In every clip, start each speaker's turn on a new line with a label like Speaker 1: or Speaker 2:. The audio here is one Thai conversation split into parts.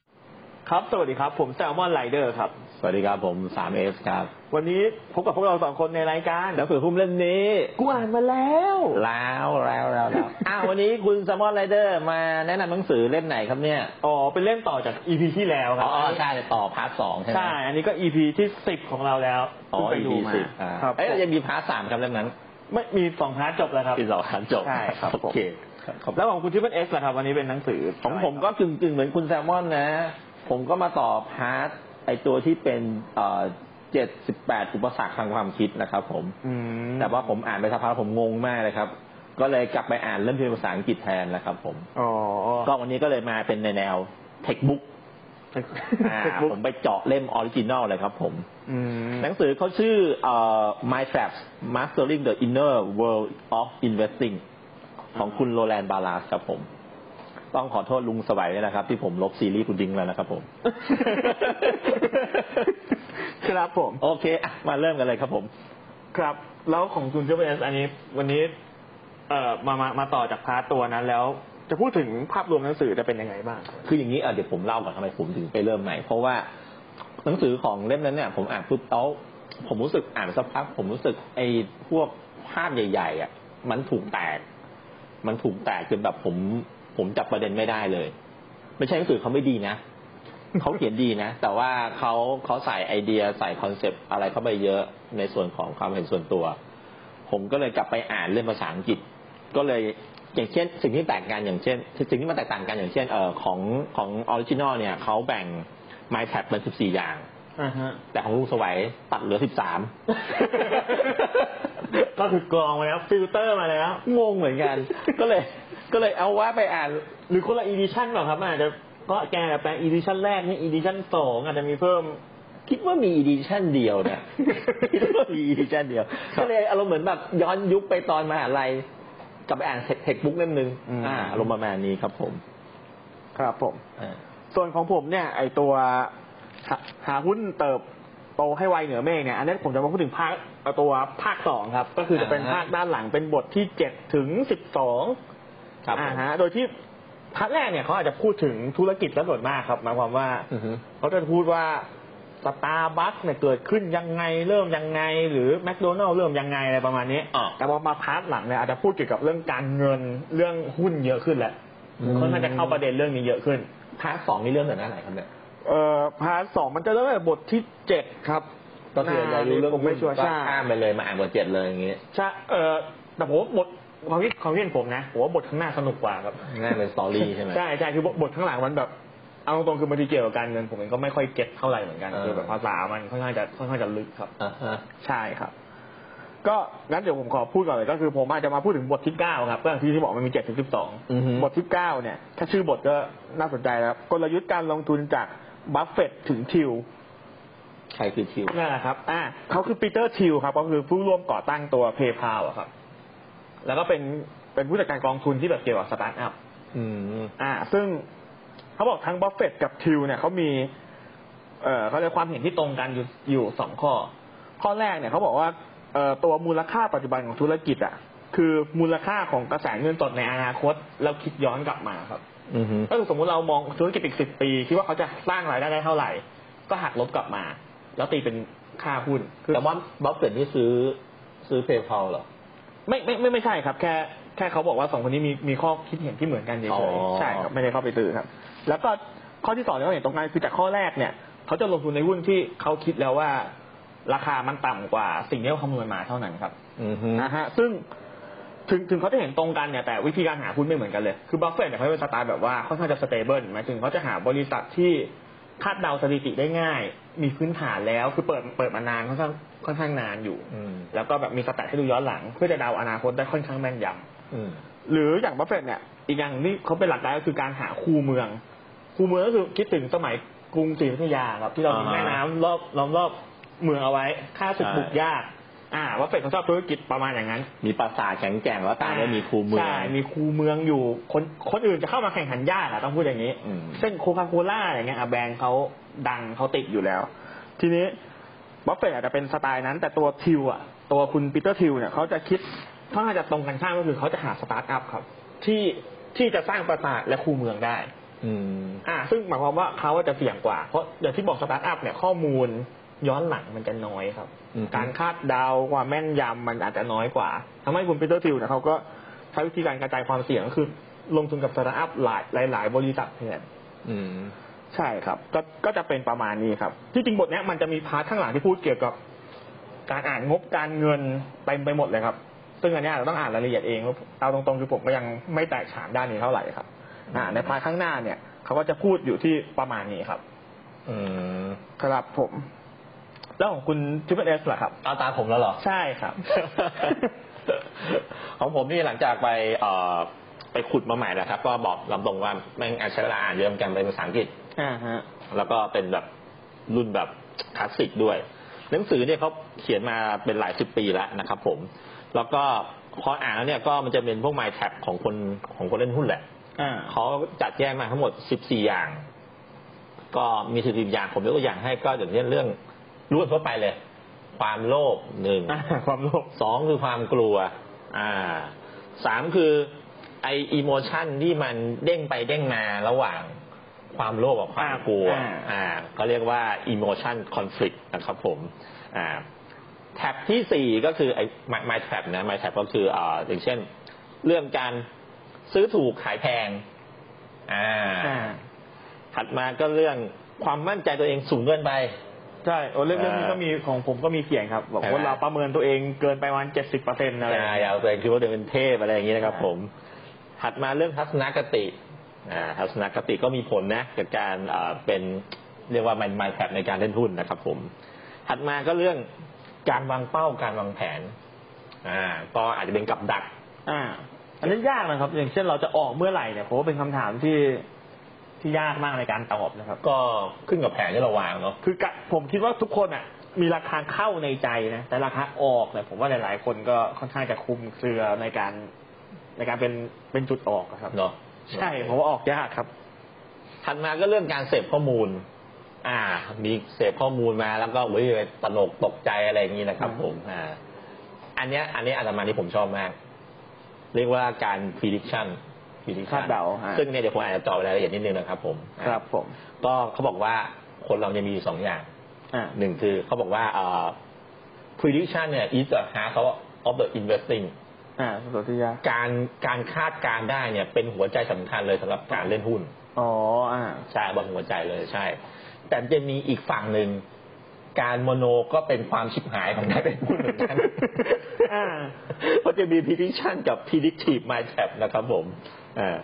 Speaker 1: วัสดีครับ ผมแซลมอนไ i เดอร์ครับ
Speaker 2: สวัสดีครับผมสามเอสครับ
Speaker 1: วันนี้พบกับพวกเราสองคนในรายการ
Speaker 2: แล้วคือหุ้มเล่มนี้
Speaker 1: กูอ่านมาแล้ว
Speaker 2: แล้วแล้วแล้วแล้ว อ้าววันนี้คุณสมอนไรเดอร์มาแนะนำหนังสือเล่มไหนครับเนี่ย
Speaker 1: อ๋อเป็นเล่มต่อจาก EP ที่แล้วค
Speaker 2: อ๋
Speaker 1: รั
Speaker 2: อบ ใช่ต่อพาร์ทสองใช่ไหม
Speaker 1: ใช่ อันนี้ก็ EP ที่สิบของเราแล้ว
Speaker 2: อ๋อ
Speaker 1: เพิ่งไป
Speaker 2: EP
Speaker 1: ดูมา
Speaker 2: สิบอ่า
Speaker 1: ครับ
Speaker 2: เอ้ยเรายังมีพาร์ทสามครับเล่มนั้น
Speaker 1: ไม่มีสองพาร์ทจบแล้วครับ
Speaker 2: อีกสองพาร์ทจบ
Speaker 1: ใช่ครับผม
Speaker 2: โอเคขอบคุณ
Speaker 1: แล้วของคุณที่เป็นเอสล่ะครับวันนี้เป็นหนังสือ
Speaker 2: ของผมก็กึ่งกึ่งๆเหมือนคุณแซมมอนนะ ผมก็มาต่อพาร์ทไอตัวที่เป็นเอ่อเจ็ดสิบแปดอุปสรรคทางความคิดนะครับผม
Speaker 1: อืม
Speaker 2: แต่ว่าผมอ่านไปสักพักผมงงมากเลยครับ ก็เลยกลับไปอ่านเล่มที่เป็นภาษาอังกฤษแทนนะครับผม
Speaker 1: อ๋อ
Speaker 2: ก็วันนี้ก็เลยมาเป็นในแนวเทคบุ๊กอ่า
Speaker 1: บุ๊ก
Speaker 2: ผมไปเจาะเล่มออริจินอลเลยครับผม
Speaker 1: อืม
Speaker 2: หนังสือเขาชื่อเอ่อ My Traps Mastering the Inner World of Investing ของคุณโรแลนด์บาลาสครับผม ต้องขอโทษลุงสวัยด้วยนะครับ ที่ผมลบซีรีส์คุณดิ้งแล้วนะครับผม
Speaker 1: ครับผม
Speaker 2: โอเคอ่ะมาเริ่มกันเลยครับผม
Speaker 1: ครับแล้วของคุณเจเวสอันนี้วันนี้เอ่อมามามาต่อจากพาร์ตตัวนั้นแล้ว จะพูดถึงภาพรวมหนังสือจะเป็นยังไงบ้าง
Speaker 2: คืออย่างนี้เอ่อเดี๋ยวผมเล่าก่อนทำไมผมถึงไปเริ่มใหม่ เพราะว่าหนังสือของเล่มนั้นเนี่ยผมอ่านปุ๊บแล้วผมรู้สึกอ่านไปสักพักผมรู้สึกไอ้พวกภาพใหญ่ ๆ อ่ะ มันถูกแตก มันถูกแตกจนแบบผม ผมจับประเด็นไม่ได้เลย ไม่ใช่หนังสือเขาไม่ดีนะ เขาเขียนดีนะ แต่ว่าเขาเขาใส่ไอเดียใส่คอนเซปต์อะไรเข้าไปเยอะในส่วนของความเห็นส่วนตัว ผมก็เลยกลับไปอ่านเล่มภาษาอังกฤษ ก็เลยอย่างเช่น สิ่งที่แตกกันอย่างเช่น สิ่งที่มันแตกต่างกันอย่างเช่นเอ่อของของออริจินอลเนี่ยเขาแบ่ง My Tab เป็น 14 อย่าง
Speaker 1: อ่าฮะ
Speaker 2: แต่ของลุงสวัยตัดเหลือ 13
Speaker 1: ก็คือกรองมาแล้วฟิลเตอร์มาแล้ว
Speaker 2: งงเหมือน กัน ก็เลยก็เลยเอาว่าไปอ่าน
Speaker 1: หรือคนละอีดิชั่นเปล่าครับมันอาจจะก็แกแปลงอีดิชั่นแรกนี่อีดิชั่นสองอาจจะมีเพิ่ม
Speaker 2: คิดว่ามีอีดิชั่นเดียวนะ คิดว่ามีอีดิชั่นเดียว
Speaker 1: ครับ
Speaker 2: ก็เลยอารมณ์เหมือนแบบย้อนยุคไปตอนมหาลัยกลับไปอ่านเทคบุ๊กเล่มหนึง
Speaker 1: อืม
Speaker 2: อารมณ์ประมาณนี้ครับผม
Speaker 1: ครับผม
Speaker 2: อ่า
Speaker 1: ส่วนของผมเนี่ย ไอตัวหาหาหุ้นเติบโตให้ไวเหนือเมฆเนี่ย อันนี้ผมจะมาพูดถึงภาคเอาตัวภาคสองครับ ก็คือจะเป็นภาคด้านหลังเป็นบทที่เจ็ดถึงสิบสอง
Speaker 2: ครับผม
Speaker 1: อ่าฮะ โดยที่พาร์ทแรกเนี่ยเขาอาจจะพูดถึงธุรกิจและส่วนมากครับหมายความว่า
Speaker 2: อือฮึ
Speaker 1: เขาจะพูดว่าสตาร์บัคเนี่ยเกิดขึ้นยังไงเริ่มยังไง หรือแมคโดนัลล์เริ่มยังไงอะไรประมาณนี้
Speaker 2: อ่า
Speaker 1: แต่พอมาพาร์ทหลังเนี่ยอาจจะพูดเกี่ยวกับเรื่องการเงินเรื่องหุ้นเยอะขึ้นแหละ
Speaker 2: อืม
Speaker 1: ค่อนข้างจะเข้าประเด็นเรื่องนี้เยอะขึ้น
Speaker 2: พาร์ทสองนี่เริ่มจากหน้าไหนครับเนี่ย
Speaker 1: เอ่อพาร์ทสองมันจะเริ่มจากบทที่เจ็ดครับ
Speaker 2: ก็คือเรารู้เรื่อง
Speaker 1: ผมไม่ชัวร์
Speaker 2: ก็
Speaker 1: ใช่
Speaker 2: ข้ามไปเลยมาอ่านบทเจ็ดเลยอย่างงี้
Speaker 1: ใช่เอ่อแต่ผมว่าบทความคิดความคิดเห็นผมนะผมว่าบทข้างหน้าสนุกกว่าครับ
Speaker 2: ง่ายเป็นสตอรี่ใช่ไหม
Speaker 1: ใช่ใช่คือบทข้างหลังมันแบบ เอาตรงๆคือบางทีเกี่ยวกับการเงินผมเองก็ไม่ค่อยเก็ตเท่าไหร่เหมือนกัน
Speaker 2: เออ
Speaker 1: คือแบบภาษามันค่อนข้างจะค่อนข้างจะลึกครับ
Speaker 2: อ่าฮะ
Speaker 1: ใช่ครับ ก็งั้นเดี๋ยวผมขอพูดก่อนเลยก็คือผมอาจจะมาพูดถึงบทที่เก้าครับก็อย่างที่ที่บอกมันมีเจ็ดถึงสิบสอง
Speaker 2: อือฮึ
Speaker 1: บทที่เก้าเนี่ยแค่ชื่อบทก็น่าสนใจแล้วครับกลยุทธ์การลงทุนจากบัฟเฟตต์ถึงทิว
Speaker 2: ใครคือทิว
Speaker 1: นั่นแหละครับอ่าเขาคือปีเตอร์ทิวครับก็คือผู้ร่วมก่อตั้งตัวเพย์พาอะครับ แล้วก็เป็นเป็นผู้จัดการกองทุนที่แบบเกี่ยวกับสตาร์ทอัพ
Speaker 2: อืม
Speaker 1: อ่า ซึ่งเขาบอกทั้งบัฟเฟตต์กับทิวเนี่ยเขามี เอ่อเขาเรียกความเห็นที่ตรงกันอยู่อยู่สองข้อ ข้อแรกเนี่ยเขาบอกว่าเอ่อตัวมูลค่าปัจจุบันของธุรกิจอ่ะ คือมูลค่าของกระแสเงินสดในอนาคต แล้วคิดย้อนกลับมาครับ
Speaker 2: อืมฮึ
Speaker 1: ก็คือสมมติเรามองธุรกิจอีกสิบปีคิดว่าเขาจะสร้างรายได้ได้เท่าไหร่ ก็หักลบกลับมา แล้วตีเป็นค่าหุ้นคือ
Speaker 2: แต่ว่าบัฟเฟตต์นี่ซื้อซื้อเพย์พาเหรอ
Speaker 1: ไม่ไม่ไม่ไม่ใช่ครับ แค่แค่เขาบอกว่าสองคนนี้มีมีข้อคิดเห็นที่เหมือนกันเฉ
Speaker 2: อ๋
Speaker 1: ย
Speaker 2: อ
Speaker 1: ๆใช่ครับไม่ได้เข้าไปตื้อครับ แล้วก็ข้อที่สองที่เขาเห็นตรงกันคือจากข้อแรกเนี่ยเขาจะลงทุนในหุ้นที่เขาคิดแล้วว่า ราคามันต่ำกว่าสิ่งที่เขาคำนวณมาเท่านั้นครับ
Speaker 2: อืมฮึ
Speaker 1: นะฮะซึ่งถึงถึงเขาจะเห็นตรงกันเนี่ยแต่วิธีการหาหุ้นไม่เหมือนกันเลย คือบัฟเฟตต์เนี่ยเขาเป็นสไตล์แบบว่าค่อนข้างจะสเตเบิลหมายถึงเขาจะหาบริษัทที่คาดเดาสถิติได้ง่าย มีพื้นฐานแล้วคือเปิดเปิดมานานค่อนข้างค่อนข้างนานอยู่
Speaker 2: อืม
Speaker 1: แล้วก็แบบมีสแตทให้ดูย้อนหลัง เพื่อจะเดาอนาคตได้ค่อนข้างแม่นยำ
Speaker 2: อืม
Speaker 1: หรืออย่างบัฟเฟตต์เนี่ยอีกอย่างที่เขาเป็นหลักการก็คือการหาคูเมือง คูเมืองก็คือคิดถึงสมัยกรุงศรีอยุธยาครับที่เรามี
Speaker 2: อ่าฮะ
Speaker 1: แม่น้ำรอบล้อมรอบเมืองเอาไว้ค่าศึก
Speaker 2: ใช่
Speaker 1: บุกยาก อ่าบัฟเฟตต์เขาชอบธุรกิจประมาณอย่างนั้น
Speaker 2: มีปราสาทแข็งแกร่งแล้วตามด้วยมีคูเมือง
Speaker 1: ใช่มีคูเมืองอยู่คนคนอื่นจะเข้ามาแข่งขันยากอะต้องพูดอย่างนี้
Speaker 2: อืม
Speaker 1: เช่นโคคาโคล่าอย่างเงี้ยอ่ะแบรนด์เขาดังเขาติดอยู่แล้ว ทีนี้บัฟเฟตต์อาจจะเป็นสไตล์นั้น แต่ตัวทิวอ่ะตัวคุณปีเตอร์ทิวเนี่ยเขาจะคิดค่อนข้างจะตรงกันข้ามก็คือเขาจะหาสตาร์ทอัพครับ ที่ที่จะสร้างปราสาทและคูเมืองได้
Speaker 2: อืม
Speaker 1: อ่า ซึ่งหมายความว่าเขาจะเสี่ยงกว่า เพราะอย่างที่บอกสตาร์ทอัพเนี่ยข้อมูลย้อนหลังมันจะน้อยครับ
Speaker 2: อืม
Speaker 1: การคาดเดาความแม่นยำมันอาจจะน้อยกว่าทำให้คุณปีเตอร์ทิวเนี่ยเขาก็ใช้วิธีการกระจายความเสี่ยงก็คือ ลงทุนกับสตาร์ทอัพหลายหลายหลายบริษัทแทน
Speaker 2: อืม
Speaker 1: ใช่ครับ ก็ก็จะเป็นประมาณนี้ครับ ที่จริงบทเนี้ยมันจะมีพาร์ทข้างหลังที่พูดเกี่ยวกับ การอ่านงบการเงินเต็มไปหมดเลยครับ ซึ่งอันเนี้ยเราต้องอ่านรายละเอียดเองเอาตรงๆคือผมก็ยังไม่แตกฉานด้านนี้เท่าไหร่ครับ อ่า ในพาร์ทข้างหน้าเนี่ยเขาก็จะพูดอยู่ที่ประมาณนี้ครับ
Speaker 2: อืม
Speaker 1: ครับผม แล้วของคุณทิปเปิลเอสล่ะครับ
Speaker 2: เอาตาผมแล้วเหรอ
Speaker 1: ใช่ ครับ
Speaker 2: ของผมนี่หลังจากไปเอ่อไปขุดมาใหม่แล้วครับ ก็บอกลำตรงว่าแม่งอาจใช้เวลาอ่านเยอะเหมือนกันเป็นภาษาอังกฤษ
Speaker 1: อ่าฮะ
Speaker 2: แล้วก็เป็นแบบรุ่นแบบคลาสสิกด้วย หนังสือเนี่ยเขาเขียนมาเป็นหลายสิบปีแล้วนะครับผม แล้วก็พออ่านแล้วเนี่ยก็มันจะเป็นพวก My Tab ของคนของคนเล่นหุ้นแหละ
Speaker 1: อ่า
Speaker 2: เขาจัดแยกมาทั้งหมด 14 อย่าง ก็มีสิบอย่างผมยกตัวอย่างให้ก็อย่างเช่นเรื่องรวดทั่วไปเลย ความโลภหนึ่ง
Speaker 1: ความ โลภ
Speaker 2: สองคือความกลัว อ่า สามคือไออีโมชันที่มันเด้งไปเด้งมาระหว่างความโลภกับความกลัว
Speaker 1: อ่า
Speaker 2: อ่าเขาเรียกว่าอีโมชันคอน FLICT นะครับผม อ่า แท็บที่สี่ก็คือไอ้ my my tab นะ my tab ก็คืออ่าอย่างเช่น เรื่องการซื้อถูกขายแพง อ่า
Speaker 1: อ่า
Speaker 2: ถัดมาก็เรื่องความมั่นใจตัวเองสูงเกินไป
Speaker 1: ใช่โอ้เรื่องเรื่องนี้ก็มีของผมก็มีเขียนครับ บอกว่า
Speaker 2: ใช่ไหม
Speaker 1: เราประเมินตัวเองเกินไปวันเจ็ดสิบเปอร์เซ็นต์อะไร
Speaker 2: อ่าอย่าเอาตัวเองคิดว่าตัวเองเป็นเทพอะไรอย่างนี้นะครับ
Speaker 1: อ่า
Speaker 2: ผม ถัดมาเรื่องทัศนคติอ่าทัศนคติก็มีผลนะกับการอ่าเป็นเรียกว่าไมล์แพในการเล่นหุ้นนะครับผม ถัดมาก็เรื่องการวางเป้าการวางแผนอ่าก็อาจจะเป็นกับดัก
Speaker 1: อ่า อันนี้ยากนะครับ อย่างเช่นเราจะออกเมื่อไหร่เนี่ยผมว่าเป็นคำถามที่ที่ยากมากในการตอบนะครับ
Speaker 2: ก็ขึ้นกับแผนที่เราวางเนาะ
Speaker 1: คือกะผมคิดว่าทุกคนอ่ะ มีราคาเข้าในใจนะ แต่ราคาออกเนี่ยผมว่าหลาย ๆ คนก็ค่อนข้างจะคลุมเครือในการในการเป็นเป็นจุดออกอะครับ
Speaker 2: เนาะ
Speaker 1: ใช่ผมว่าออกยากครับ
Speaker 2: ถัดมาก็เรื่องการเสพข้อมูล อ่า มีเสพข้อมูลมาแล้วก็เฮ้ยตลกตกใจอะไรอย่างนี้นะครับ ผมอ่า อันเนี้ยอันเนี้ยอาตมานี่ผมชอบมาก เรียกว่าการ prediction prediction
Speaker 1: คาดเดาฮะ
Speaker 2: ซึ่งเนี่ยเดี๋ยวผมอาจจะเจาะรายละเอียดนิดนึงนะครับ ผม
Speaker 1: ครับผม
Speaker 2: ก็เขาบอกว่าคนเราจะมีอยู่สองอย่าง
Speaker 1: อ่า
Speaker 2: หนึ่งคือเขาบอกว่าเอ่อ prediction เนี่ย is the heart of of the investing
Speaker 1: อ่าสุริยะ
Speaker 2: การการคาดการณ์ได้เนี่ย เป็นหัวใจสำคัญเลยสำหรับการเล่นหุ้น
Speaker 1: อ๋อ อ่า
Speaker 2: ใช่บนหัวใจเลยใช่ แต่จะมีอีกฝั่งหนึ่ง การโมโนก็เป็นความชิบหายของนักเล่นหุ้นเหมือนกัน
Speaker 1: อ่า
Speaker 2: เพราะจะมี prediction กับ predictive mindset นะครับผมอ่า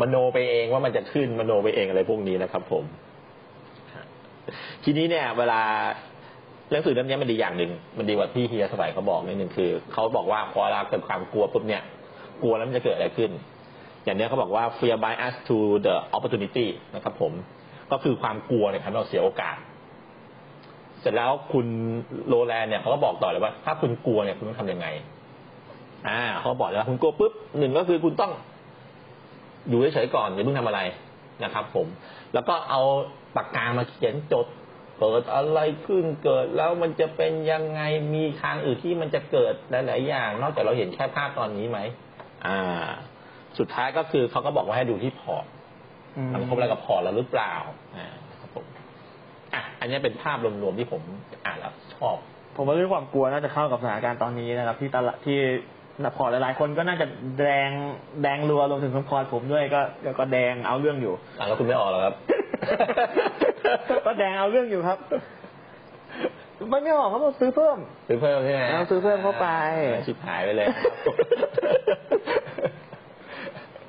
Speaker 2: มโนไปเองว่ามันจะขึ้นมโนไปเองอะไรพวกนี้นะครับผม ทีนี้เนี่ย เวลาหนังสือเล่มนี้มันดีอย่างหนึ่งมันดีกว่าที่เฮียสมัยเขาบอกนิดหนึ่งคือเขาบอกว่าพอเราเกิดความกลัวปุ๊บเนี่ย กลัวแล้วมันจะเกิดอะไรขึ้น อย่างเนี้ยเขาบอกว่า fear bias to the opportunity นะครับผม ก็คือความกลัวเนี่ยทำให้เราเสียโอกาส เสร็จแล้วคุณโรแลนด์เนี่ยเขาก็บอกต่อเลยว่า ถ้าคุณกลัวเนี่ยคุณต้องทำยังไง อ่าเขาบอกเลยว่าคุณกลัวปุ๊บหนึ่งก็คือคุณต้อง อยู่เฉยๆก่อนอย่าเพิ่งทำอะไรนะครับ ผม แล้วก็เอาปากกามาเขียนจด เกิดอะไรขึ้นเกิดแล้วมันจะเป็นยังไงมีทางอื่นที่มันจะเกิดหลายๆอย่าง นอกจากเราเห็นแค่ภาพตอนนี้ไหมอ่า สุดท้ายก็คือเขาก็บอกว่าให้ดูที่พอร์ต มันครบแล้วกับพอร์ตแล้วหรือเปล่าอ่าครับผมอ่ะอันนี้เป็นภาพรวมๆที่ผมอ่านแล้วชอบ
Speaker 1: ผมว่าเรื่องความกลัวน่าจะเข้ากับสถานการณ์ตอนนี้นะครับ ที่ตลาดที่นักพอร์ตหลายๆคนก็น่าจะแดงแดงรัวรวมถึงคุณพอร์ตผมด้วยก็ก็แดงเอาเรื่อง อยู่
Speaker 2: อ่ะแล้วคุณไม่ออกแล้ว ครับ
Speaker 1: ก็แดงเอาเรื่องอยู่ครับไม่ไม่ออกเขาบอกซื้อเพิ่ม
Speaker 2: ซื้อเพิ่มใช่ไหม
Speaker 1: เอาซื้อเพิ่มเข้าไป
Speaker 2: อ่าชิบหายไป เลยครับ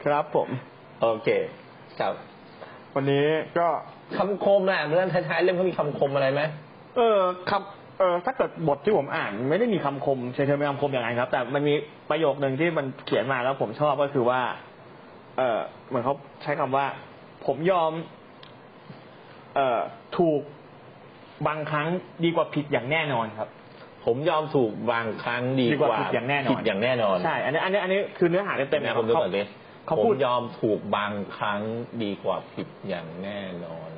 Speaker 1: ครับผม
Speaker 2: โอเคครับ
Speaker 1: วันนี้ก็
Speaker 2: คำคมล่ะเรื่องท้ายๆเล่มเขามีคำคมอะไรไหม
Speaker 1: เออคำเออถ้าเกิดบทที่ผมอ่านไม่ได้มีคำคมเชิงเชิงเป็นคำคมอย่างนั้นครับ แต่มันมีประโยคหนึ่งที่มันเขียนมาแล้วผมชอบก็คือว่า เออเหมือนเขาใช้คำว่า ผมยอม เออถูกบางครั้งดีกว่าผิดอย่างแน่นอนครับ
Speaker 2: ผมยอมถูกบางครั้งดี
Speaker 1: ดีก
Speaker 2: ก
Speaker 1: ว่า
Speaker 2: ว่า
Speaker 1: ผิดอย่างแน่นอน
Speaker 2: ผิดอย่างแน่นอน
Speaker 1: ใช่ อันนี้อันนี้อันนี้คือเนื้อหาเต็มๆ
Speaker 2: นะ
Speaker 1: นะ
Speaker 2: ผมดู
Speaker 1: เขา
Speaker 2: ก่อนดิ
Speaker 1: เขา
Speaker 2: ผม
Speaker 1: พูด
Speaker 2: ยอมถูกบางครั้งดีกว่าผิดอย่างแน่นอน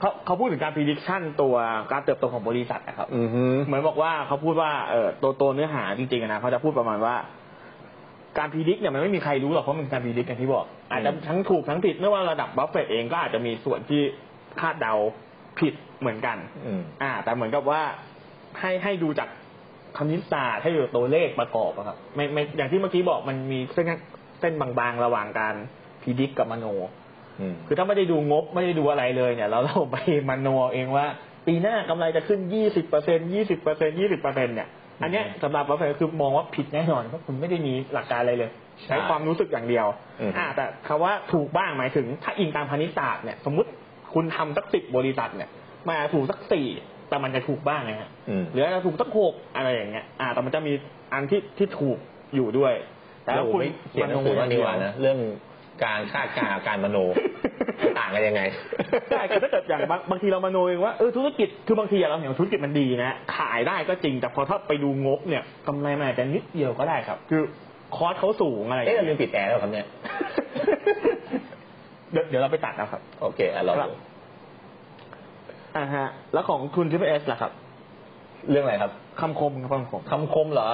Speaker 1: เขาเขาพูดถึงการ prediction ตัวการเติบโตของบริษัทนะครับ
Speaker 2: อือฮึ
Speaker 1: เหมือนบอกว่าเขาพูดว่าเออตัวตัวเนื้อหาจริงๆอะนะเขาจะพูดประมาณว่า การพิจิกเนี่ยมันไม่มีใครรู้หรอกเพราะมันเป็นการพิจิกอย่างที่บอก
Speaker 2: อาจจะทั้งถูกทั้งผิดไม่ว่าระดับบัฟเฟตเองก็อาจจะมีส่วนที่
Speaker 1: คาดเดาผิดเหมือนกัน
Speaker 2: อืม
Speaker 1: อ่า แต่เหมือนกับว่าให้ให้ดูจากคณิตศาสตร์ให้ดูจากตัวเลขประกอบอะครับไม่ไม่อย่างที่เมื่อกี้บอกมันมีเส้นเส้นบางๆ ระหว่างการพิจิกกับมโน
Speaker 2: อืม
Speaker 1: คือถ้าไม่ได้ดูงบไม่ได้ดูอะไรเลยเนี่ยแล้วเราไปมโนเอาเองว่า ปีหน้ากำไรจะขึ้น 20% 20% 20%เนี่ย อันเนี้ยสำหรับบัฟเฟตคือมองว่าผิดแน่นอนเพราะคุณไม่ได้มีหลักการอะไรเลย
Speaker 2: ใช่
Speaker 1: ใช้ความรู้สึกอย่างเดียว
Speaker 2: อืม
Speaker 1: อ่าแต่คำว่าถูกบ้างหมายถึง ถ้าอิงตามพาณิชย์ศาสตร์เนี่ยสมมติคุณทำสักสิบบริษัทเนี่ยมาถูกสักสี่แต่มันจะถูกบ้างนะฮะ
Speaker 2: อืม
Speaker 1: หรืออาจจะถูกสักหกอะไรอย่างเงี้ยอ่า แต่มันจะมีอันที่ที่ถูกอยู่ด้วย แต่
Speaker 2: แต่
Speaker 1: ถ้า
Speaker 2: ว่าคุ
Speaker 1: คุณ ณ
Speaker 2: เขียนหนังสือ
Speaker 1: ม
Speaker 2: บ้าง
Speaker 1: โอ
Speaker 2: ดี
Speaker 1: ย่ง
Speaker 2: ก
Speaker 1: เย
Speaker 2: ว่านะเรื่องการคาดการณ์กับการมโน ต่างกันยังไง
Speaker 1: ใช่คือถ้าเกิดอย่างบางบางทีเรามโนเองว่าเออธุรกิจคือบางทีอะเราเห็นว่าธุรกิจมันดีนะ ขายได้ก็จริงแต่พอถ้าไปดูงบเนี่ยกำไรมันอาจจะนิดเดียวก็ได้ครับ คือคอร์สเขาสูงอะไรอย่าง
Speaker 2: เอ๊ะเราลื
Speaker 1: เงี้
Speaker 2: ม
Speaker 1: ย
Speaker 2: ปิดแอร์แล้วครับเนี่ย
Speaker 1: เดี๋ยวเดี๋ยวเราไปตัดนะครับ
Speaker 2: โอเคอ่ะเรา
Speaker 1: ครับ อ่าฮะ แล้วของคุณทิพเอสล่ะครับ
Speaker 2: เรื่องอะไรครับ
Speaker 1: คำคมครับคำคม
Speaker 2: คำคมเหรอ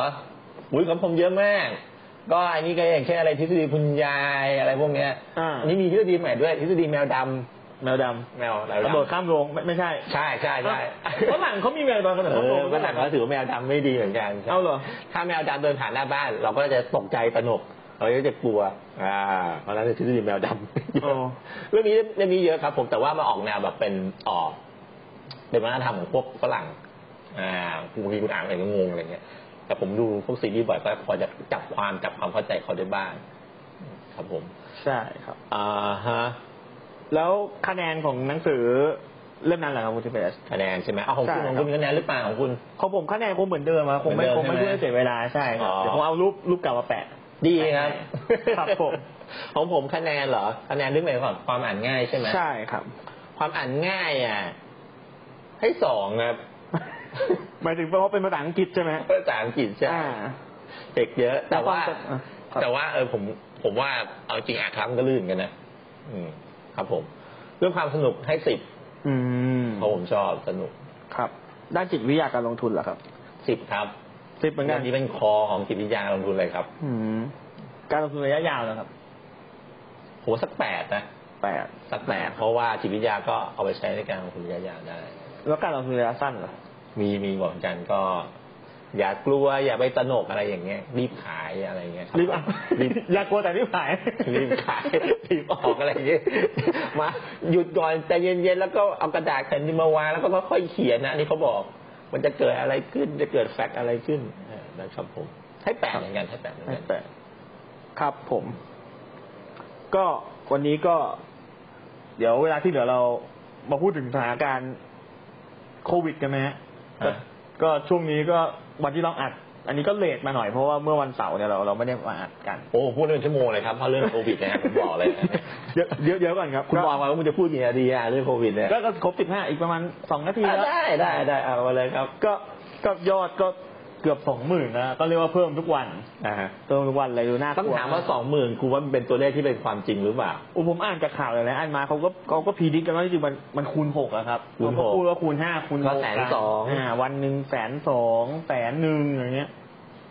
Speaker 2: อุ้ยคำคมเยอะมาก ก็อันนี้ก็อย่างเช่นอะไรทฤษฎีคุณยายอะไรพวกเนี้ย
Speaker 1: อ่า
Speaker 2: นนี้มีทฤษฎีใหม่ด้วย ทฤษฎีแมวดำ
Speaker 1: แมวด
Speaker 2: แมวอะไร
Speaker 1: ำกระโดดข้ามโรงไม่ไม่ใช่
Speaker 2: ใช่ใช่ใช่
Speaker 1: ฝรั่งเขามีแมวดำกระโดด
Speaker 2: เอ
Speaker 1: ข้ามโร
Speaker 2: อง ก็ต่างก็ถือว่าแมวดำไม่ดีเหมือนกัน
Speaker 1: เอาเหรอ
Speaker 2: ถ้าแมวดำเดินผ่านหน้าบ้าน เราก็จะตกใจตระหนก เราก็จะกลัว อ่า เพราะฉะนั้นทฤษฎีแมวด
Speaker 1: โอ้
Speaker 2: ำ เรื่องนี้เรื่องนี้เยอะครับ ผมแต่ว่ามาออกแนวแบบเป็นออกเป็นวัฒนธรรมของพวกฝรั่ง อ่าบางทีคุณอ่านอะไรก็งงอะไรเงี้ย แต่ผมดูพวกซีรีส์บ่อยก็พอจะจับความจับความเข้าใจเขาได้บ้าง ครับผม
Speaker 1: ใช่ครับ
Speaker 2: อ่าฮะ
Speaker 1: แล้วคะแนนของหนังสือเล่มนั้นแหละครับคุณทิพเอส
Speaker 2: คะแนนใช่ไหมเอาของคุณ
Speaker 1: ใช่
Speaker 2: ของ
Speaker 1: ครับ
Speaker 2: คุณมีคะแนนหรือเปล่าของคุณ
Speaker 1: ของผมคะแนนคงเหมือนเดิมอะคงไม่
Speaker 2: เห
Speaker 1: คง
Speaker 2: มือนเดิม
Speaker 1: ไม่
Speaker 2: ใช่ไหม
Speaker 1: เพื่อเสียเวลาใช่ครับ
Speaker 2: อ๋อ
Speaker 1: เดี๋ยวผมเอารูปรูปเก่ามาแปะ
Speaker 2: ดีครับ
Speaker 1: ครับผม
Speaker 2: ของผมคะแนนเหรอ คะแนนเรื่องไหนก่อนความอ่านง่ายใช่ไหม
Speaker 1: ใช่ ครับ
Speaker 2: ความอ่านง่ายอ่ะ ให้สองครับ
Speaker 1: หมายถึงเพราะว่าเป็นภาษาอังกฤษใช่ไหม
Speaker 2: ภาษาอังกฤษใช่
Speaker 1: อ่า
Speaker 2: เด็กเยอะ แต่ว่า
Speaker 1: แล้วความครับ
Speaker 2: แต่ว่าเออผม ผมว่าเอาจริงอ่านครั้งก็ลื่นกันนะอืม ครับผม เรื่องความสนุกให้สิบ
Speaker 1: อืม
Speaker 2: เพราะผมชอบสนุก
Speaker 1: ครับ ด้านจิตวิทยาการลงทุนเหรอครับ
Speaker 2: สิบครับ
Speaker 1: สิบเหมือนกั
Speaker 2: วัน นนี้เป็นคอของจิตวิทยาลงทุนเลยครับ
Speaker 1: อืมการลงทุนระยะยาวเหรอครับ
Speaker 2: โหสักแปดนะ
Speaker 1: แปด
Speaker 2: สักแปดเพราะว่าจิตวิทยาก็เอาไปใช้ในการลงทุนระยะยาวได้
Speaker 1: แล้วการลงทุนระยะสั้นเหรอ
Speaker 2: มีมีเหมือนกันก็ อย่ากลัวอย่าไปตระหนกอะไรอย่างเงี้ยรีบขายอะไรอย่างเงี้ยค
Speaker 1: รีบ
Speaker 2: ผม
Speaker 1: อ่ะ
Speaker 2: รีบ
Speaker 1: อย่ากลัวแต่รีบขาย
Speaker 2: รีบขาย รีบออกอะไรอย่างเงี้ยมาหยุดก่อนใจเย็นๆแล้วก็เอากระดาษแผ่นนี้มาวางแล้วก็ค่อยๆเขียนนะอันนี่เขาบอก มันจะเกิดอะไรขึ้นจะเกิดแฟกต์อะไรขึ้นเออนะครับผม ให้แปะเหมือนกันให้แปะเหมือนกัน
Speaker 1: แปดครับผม ก็วันนี้ก็ เดี๋ยวเวลาที่เหลือเรามาพูดถึงสถานการณ์โควิดกันไหมฮะ
Speaker 2: อ่ะ
Speaker 1: ก็ช่วงนี้ก็วันที่เราอัด อันนี้ก็เลทมาหน่อยเพราะว่าเมื่อวันเสาร์เนี่ยเราเราไม่ได้มาอัดกัน
Speaker 2: โอ้พูดได้เป็นชั่วโมงเลยครับเพราะเรื่องโควิดนะครับผมบอกเลยนะ
Speaker 1: เยอะเยอะเยอะก่อนครับ
Speaker 2: คุณบอกมาว่าคุณจะพูดกี่นาทีอะเรื่องโควิดเนี่ย
Speaker 1: ก็ก็ครบสิบห้าอีกประมาณสองนาที
Speaker 2: อ่ะ
Speaker 1: แล้ว
Speaker 2: ได้ได้ได้เอามาเลยครับ
Speaker 1: ก็ก็ยอดก็เกือบสองหมื่นนะก็เรียกว่าเพิ่มทุกวัน
Speaker 2: อ่าฮะ
Speaker 1: เพิ่มทุกวันเลยดูน่าก
Speaker 2: ต้อง
Speaker 1: ลัว
Speaker 2: ถามว่าสองหมื่นคุณว่ามันเป็นตัวเลขที่เป็นความจริงหรือเปล่า
Speaker 1: อุยผมอ่านจากข่าวหลายๆอันมาเขาก็เขาก็พีดิกกันว่าจริงๆมันมันคูณหกอะครับ
Speaker 2: คูณหก
Speaker 1: เขาพูดว่าคูณห้าคูณ
Speaker 2: ก็แสนสอง
Speaker 1: อ่าวันหนึ่งแสนสองแสนหนึ่งอย่างเงี้ย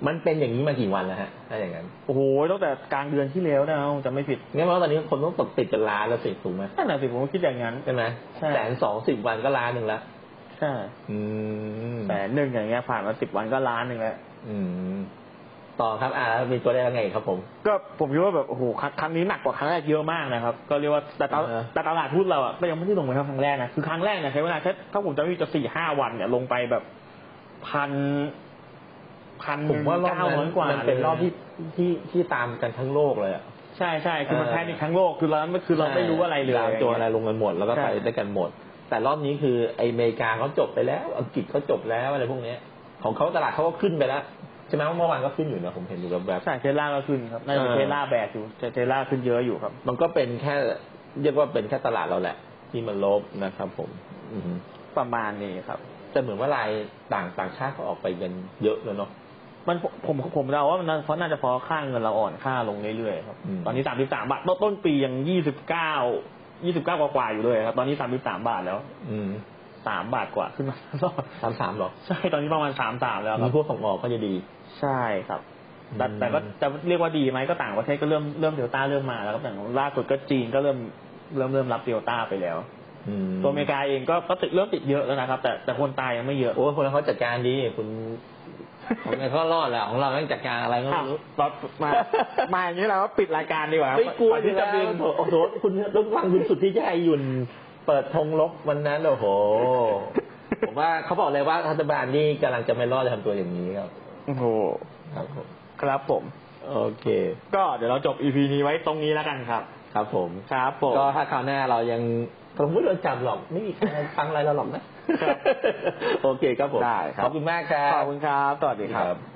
Speaker 2: มันเป็นอย่างนี้มากี่วันแล้วฮะถ้าอย่างนั้น
Speaker 1: โอ้โหตั้งแต่กลางเดือนที่แล้วนะผมจะไม่ผิด
Speaker 2: งั้นเพราะว่าตอนนี้คนต้องตกติดเป็นล้านแล้วสิถูกไหม
Speaker 1: นั่นแหะสิผมก็คิดอย่างนั้น
Speaker 2: ใช่ไหม
Speaker 1: ใช่
Speaker 2: แสนสองสิบวันก็ล้านหนึ่งละ
Speaker 1: ใช่
Speaker 2: อืม
Speaker 1: แสนหนึ่งอย่างเงี้ยผ่านมาสิบวันก็ล้านหนึ่งแล้ว
Speaker 2: อืมต่อครับอ่าแล้วมีตัวเลขยังไงครับผม
Speaker 1: ก็ผมคิดว่าแบบโอ้โหครั้งครั้งนี้หนักกว่าครั้งแรกเยอะมากนะครับ ก็เรียกว่าแต่ตลาด
Speaker 2: เออ
Speaker 1: แต่ตลาดหุ้นเราอ่ะก็ยังไม่ได้ลงไปเท่าครั้งแรกนะคือครั้งแรกเนี่ยใช้เวลาแค่ถ้าผมจำไม่ผิดจะสี่ห้าวันเนี่ยลงไปแบบพันพัน
Speaker 2: ผมว่ารอบ
Speaker 1: เก้าร้
Speaker 2: นั้
Speaker 1: อย
Speaker 2: น
Speaker 1: กว่า
Speaker 2: มันเป็นรอบ
Speaker 1: ลยะ
Speaker 2: ที่ที่ที่ตามกันทั้งโลกเลยอ่ะ
Speaker 1: ใช่ใช่คือมัน
Speaker 2: เออ
Speaker 1: แพ้ในทั้งโลกคือเราคือเราไม่รู้อะไรเลย
Speaker 2: ตามตัวอะไรลงกันหมดแล้วก็
Speaker 1: ใช่
Speaker 2: ไปด้วยกันหมด แต่รอบนี้คือไออเมริกาเขาจบไปแล้ว อังกฤษเขาจบแล้วอะไรพวกเนี้ย ของเขาตลาดเขาก็ขึ้นไปแล้วใช่ไหมเมื่อวานก็ขึ้นอยู่นะผมเห็นอยู่แบบ
Speaker 1: ใช่เทสล่าก็ขึ้นครับน่าจะ
Speaker 2: เออ
Speaker 1: เทสล่าแบกอยู่แต่เทสล่าขึ้นเยอะอยู่ครับ
Speaker 2: ๆมันก็เป็นแค่เรียกว่าเป็นแค่ตลาดเราแหละ ที่มันลบนะครับ ผม อือฮึ
Speaker 1: ประมาณนี้ครับ
Speaker 2: แต่เหมือนว่ารายต่างต่างชาติเขาออกไปกันเยอะแล้วเนาะ
Speaker 1: มันผมผมเดาว่ามันเพราะน่าจะเพราะค่าเงินเราอ่อนค่าลงเรื่อยๆครับ
Speaker 2: อืม
Speaker 1: ตอนนี้สามสิบสามบาทต้นต้นปียังยี่สิบเก้ายี่สิบเก้ากว่าๆอยู่เลยครับตอนนี้สามสิบสามบาทแล้ว
Speaker 2: อืม
Speaker 1: สามบาทกว่า ขึ้นมาตลอด
Speaker 2: สามสามหรอ
Speaker 1: ใช่ตอนนี้ประมาณสามสามแล้วค
Speaker 2: มี
Speaker 1: รับ
Speaker 2: พวกของออกก็จะดี
Speaker 1: ใช่ครับ แต่
Speaker 2: อืม
Speaker 1: แต่ก็จะเรียกว่าดีไหมก็ต่างประเทศก็เริ่มเริ่มเดลต้าเริ่มมาแล้วก็แต่ล่าสุดก็จีนก็เริ่มเริ่มเริ่มรับเดลต้าไปแล้ว
Speaker 2: อืม
Speaker 1: ตัวอเมริกาเองก็ก็ติดเริ่มติดเยอะแล้วนะครับ แต่แต่คนตายยังไม่เยอะ
Speaker 2: โอ้ยคนนั้นเขาจัดการดีคุณของเราเขารอดแหละของเราต้องจัดการอะไรก็
Speaker 1: อ้า
Speaker 2: ไม่
Speaker 1: ว
Speaker 2: รู้
Speaker 1: เรามา มาอย่างนี้แล้วก็ปิดรายการดีกว่าครับ
Speaker 2: ไม่กลัว
Speaker 1: อน
Speaker 2: อยู่
Speaker 1: ที่
Speaker 2: แล้
Speaker 1: จะ
Speaker 2: ว
Speaker 1: บิน
Speaker 2: โอ้โหคุณต้องฟังคุณสุดที่ใจยุนเปิดธงลบวันนั้นโอ้โห ผมว่าเขาบอกเลยว่ารัฐบาลนี่กำลังจะไม่รอดเลยทำตัวอย่างนี้ครับ
Speaker 1: โอ้โห
Speaker 2: ครับผม
Speaker 1: ครับผม
Speaker 2: โอเค
Speaker 1: ก็เดี๋ยวเราจบ EP นี้ไว้ตรงนี้แล้วกันครับ
Speaker 2: ครับผม
Speaker 1: ครับผม
Speaker 2: ก็ถ้าคราวหน้าเรายังผมไม่โดนจับหรอก ไม่มีใครฟังอะไรเราหรอกนะ
Speaker 1: ครับ
Speaker 2: โอเคครับผม
Speaker 1: ได้ครับ
Speaker 2: ขอบคุณมากครับ
Speaker 1: ขอบคุณครับ สวัสดีครับ
Speaker 2: บ